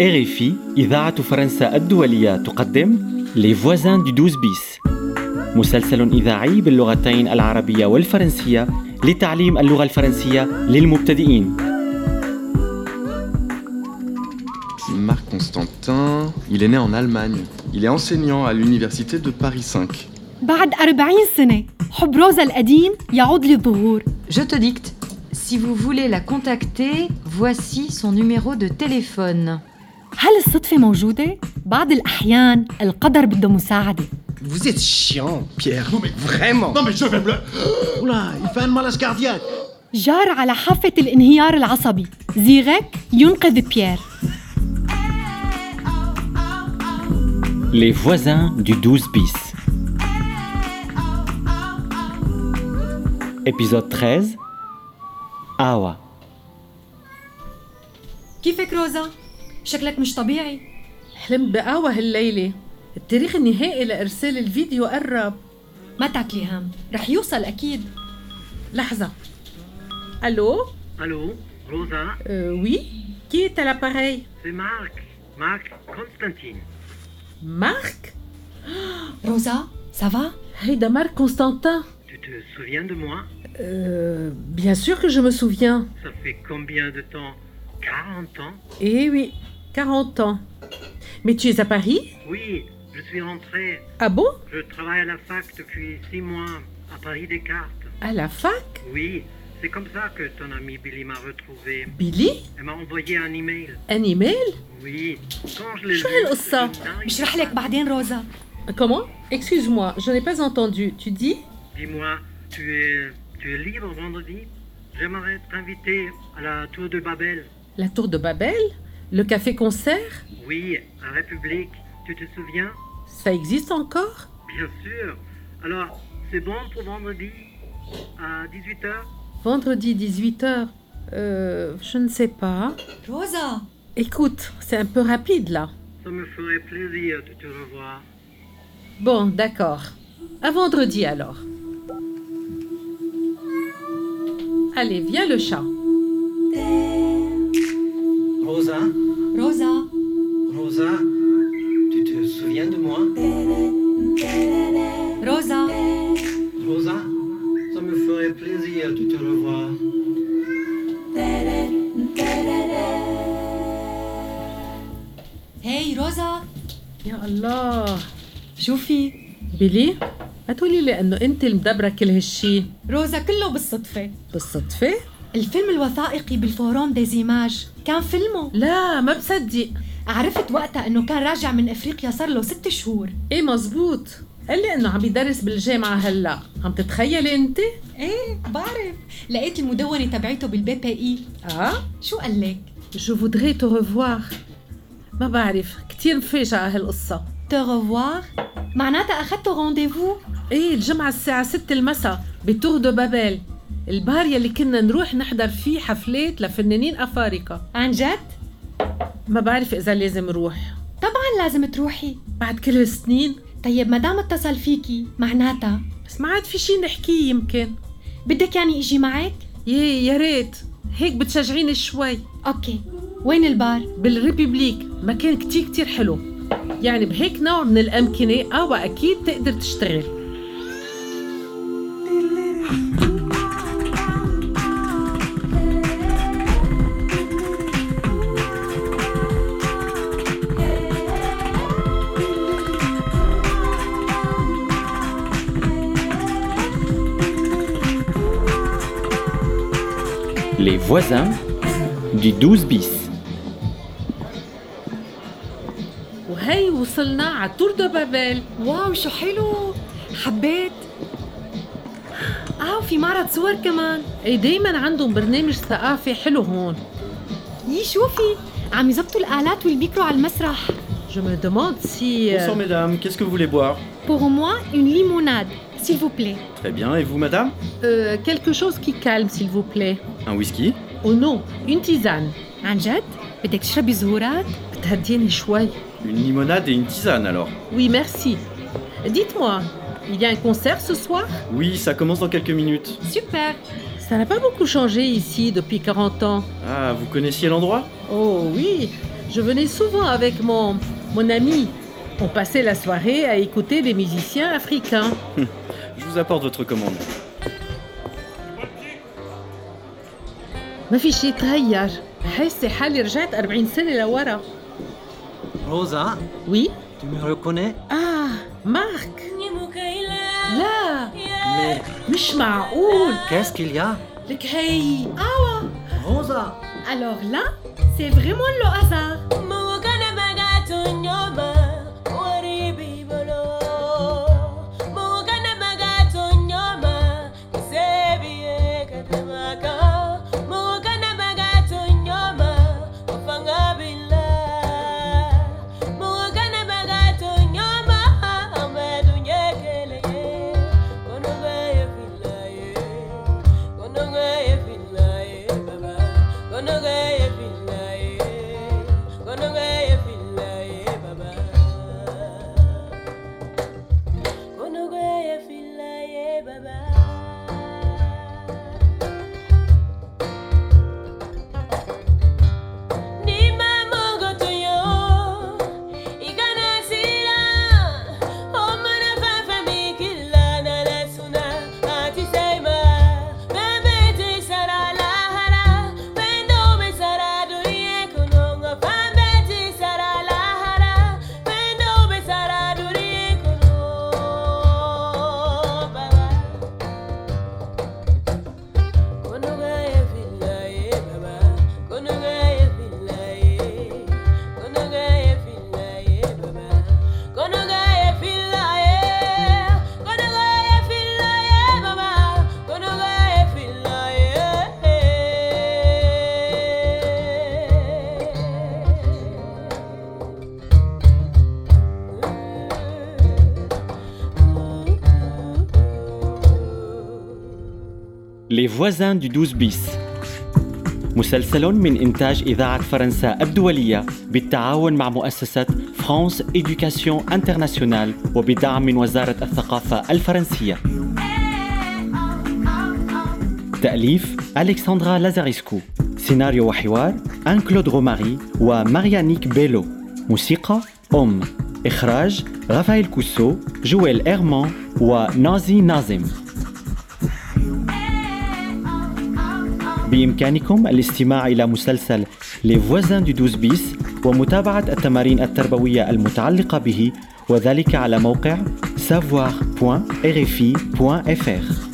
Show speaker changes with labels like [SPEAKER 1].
[SPEAKER 1] RFI إذاعة فرنسا الدولية تقدم Les voisins du 12 bis مسلسل إذاعي باللغتين العربية والفرنسية لتعليم اللغة الفرنسية للمبتدئين
[SPEAKER 2] Marc Constantin, il est né en Allemagne. Il est enseignant à l'université de Paris 5.
[SPEAKER 3] بعد أربعين سنة حب روزا القديم يعود للظهور
[SPEAKER 4] Je te dicte. Si vous voulez la contacter, voici son numéro de téléphone.
[SPEAKER 3] هل الصدفة موجودة؟ بعض الأحيان القدر بده مساعدة
[SPEAKER 5] Vous êtes chiant, Pierre. Non mais vraiment.
[SPEAKER 6] Non mais je vais me le...
[SPEAKER 7] Oula, il fait un malaise cardiaque.
[SPEAKER 3] جار على حافة الانهيار العصبي زيغك ينقذ بيير
[SPEAKER 1] Les voisins du 12 bis Épisode 13 Awa
[SPEAKER 3] كيفك روزا؟ شكلك مش طبيعي
[SPEAKER 8] حلمت بقهوة هالليلة التاريخ النهائي لإرسال الفيديو قرب
[SPEAKER 3] ما تعطلي هم رح يوصل أكيد
[SPEAKER 8] لحظة ألو
[SPEAKER 9] Allô, Rosa,
[SPEAKER 8] أه وي كي تلاباري
[SPEAKER 9] c'est Marc. Marc Constantine.
[SPEAKER 8] مارك
[SPEAKER 3] روزا سافا؟
[SPEAKER 8] هيدا مارك كونستانتان
[SPEAKER 9] Tu te souviens de moi
[SPEAKER 8] أه بيان سور كو جو مو سوفيان
[SPEAKER 9] Ça fait combien de temps 40 ans
[SPEAKER 8] اي وي 40 ans Mais tu es à Paris
[SPEAKER 9] Oui, je suis rentré.
[SPEAKER 8] Ah bon
[SPEAKER 9] Je travaille à la fac depuis six mois, à Paris Descartes.
[SPEAKER 8] À la fac
[SPEAKER 9] Oui, c'est comme ça que ton ami Billy m'a retrouvé.
[SPEAKER 8] Billy
[SPEAKER 9] Elle m'a envoyé un email.
[SPEAKER 8] Un email
[SPEAKER 9] Oui, quand je l'ai
[SPEAKER 8] شو
[SPEAKER 9] vu...
[SPEAKER 8] هالقصة؟
[SPEAKER 3] بشرح لك بعدين روزا
[SPEAKER 8] Comment Excuse-moi, je n'ai pas entendu. Tu dis
[SPEAKER 9] Dis-moi, tu es, tu es libre vendredi J'aimerais t'inviter à la tour de Babel.
[SPEAKER 8] La tour de Babel Le café-concert
[SPEAKER 9] Oui, à République. Tu te souviens
[SPEAKER 8] Ça existe encore
[SPEAKER 9] Bien sûr. Alors, c'est bon pour vendredi à 18h
[SPEAKER 8] Vendredi 18h euh, Je ne sais pas.
[SPEAKER 3] روزا
[SPEAKER 8] Écoute, c'est un peu rapide là.
[SPEAKER 9] Ça me ferait plaisir de te revoir.
[SPEAKER 8] Bon, d'accord. À vendredi alors. Allez, viens le chat.
[SPEAKER 7] Rosa,
[SPEAKER 3] روزا
[SPEAKER 7] Rosa, tu te souviens de moi
[SPEAKER 3] روزا
[SPEAKER 7] Rosa, ça me ferait plaisir de te revoir.
[SPEAKER 3] هاي روزا
[SPEAKER 8] يا الله
[SPEAKER 3] شوفي
[SPEAKER 8] بيلي ما تقولي لي انه انت المدبره كل هالشي
[SPEAKER 3] روزا كله بالصدفة
[SPEAKER 8] بالصدفه
[SPEAKER 3] الفيلم الوثائقي بالفورون دي زيماج كان فيلمه
[SPEAKER 8] لا ما بصدق
[SPEAKER 3] عرفت وقتها انه كان راجع من افريقيا صار له ست شهور
[SPEAKER 8] ايه مزبوط قال لي انه عم يدرس بالجامعه هلا عم تتخيلي انت
[SPEAKER 3] ايه بعرف لقيت المدونة تبعته بالبي بي اي
[SPEAKER 8] اه
[SPEAKER 3] شو قال لك؟
[SPEAKER 8] جو فودري تو ريفوار ما بعرف كتير مفاجاه هالقصه
[SPEAKER 3] تو ريفوار معناتها اخذته رونديفو
[SPEAKER 8] ايه الجمعة الساعة 6 المساء بتور دو بابيل البار يلي كنا نروح نحضر فيه حفلات لفنانين افارقة
[SPEAKER 3] عن جد؟
[SPEAKER 8] ما بعرف اذا لازم روح
[SPEAKER 3] طبعا لازم تروحي
[SPEAKER 8] بعد كل هالسنين
[SPEAKER 3] طيب ما دام اتصل فيكي معناتها
[SPEAKER 8] بس ما عاد في شي نحكيه يمكن
[SPEAKER 3] بدك يعني اجي معك؟
[SPEAKER 8] يي يا ريت هيك بتشجعيني شوي
[SPEAKER 3] اوكي وين البار؟
[SPEAKER 8] بالريببليك مكان كتير كتير حلو يعني بهيك نوع من الأمكنة أو أكيد تقدر تشتغل
[SPEAKER 1] Les voisins du 12 bis
[SPEAKER 8] وهي وصلنا على تور دو بابيل
[SPEAKER 3] واو شو حلو حبيت
[SPEAKER 8] آه،
[SPEAKER 3] اه وفي معرض صور كمان
[SPEAKER 8] اي دايما إيه، عندهم برنامج ثقافي حلو هون
[SPEAKER 3] يي شوفي عم يزبطوا الآلات والميكرو على المسرح
[SPEAKER 8] جو مي دوموند سي
[SPEAKER 10] Bonsoir mesdames, qu'est-ce que vous voulez boire
[SPEAKER 3] Pour moi, une limonade, s'il vous plaît.
[SPEAKER 10] Très bien, et vous madame
[SPEAKER 8] Euh, quelque chose qui calme, s'il vous plaît.
[SPEAKER 10] Un whisky
[SPEAKER 8] Oh non, une tisane.
[SPEAKER 3] عن جد؟ بدك تشربي زهورات؟
[SPEAKER 8] بتهديني شوي.
[SPEAKER 10] Une limonade et une tisane alors
[SPEAKER 8] Oui, merci. Dites-moi, il y a un concert ce soir
[SPEAKER 10] Oui, ça commence dans quelques minutes.
[SPEAKER 3] Super.
[SPEAKER 8] Ça n'a pas beaucoup changé ici depuis 40 ans.
[SPEAKER 10] Ah, vous connaissiez l'endroit
[SPEAKER 8] Oh oui, Je venais souvent avec mon, mon ami. On passait la soirée à écouter des musiciens africains.
[SPEAKER 10] Je vous apporte votre commande.
[SPEAKER 8] ما في شي تغير بحس حالي رجعت 40 سنة لورا
[SPEAKER 7] Rosa,
[SPEAKER 8] وي
[SPEAKER 7] tu me reconnais
[SPEAKER 8] اه مارك لا مش معقول
[SPEAKER 7] Qu'est-ce qu'il y a
[SPEAKER 8] لك هي
[SPEAKER 7] Rosa
[SPEAKER 3] Alors là, c'est vraiment le hasard.
[SPEAKER 1] Les voisins du 12 bis مسلسل من إنتاج إذاعة فرنسا الدولية بالتعاون مع مؤسسة فرانس إدوكاسيون انترناسيونال وبدعم من وزارة الثقافة الفرنسية تأليف ألكسندرا لازاريسكو سيناريو وحوار أن كلود غوماري وماريانيك بيلو موسيقى أم إخراج رافائيل كوسو جويل إيرمان ونازي نازم بإمكانكم الاستماع إلى مسلسل Les Voisins du 12 bis ومتابعة التمارين التربوية المتعلقة به وذلك على موقع savoir.rfi.fr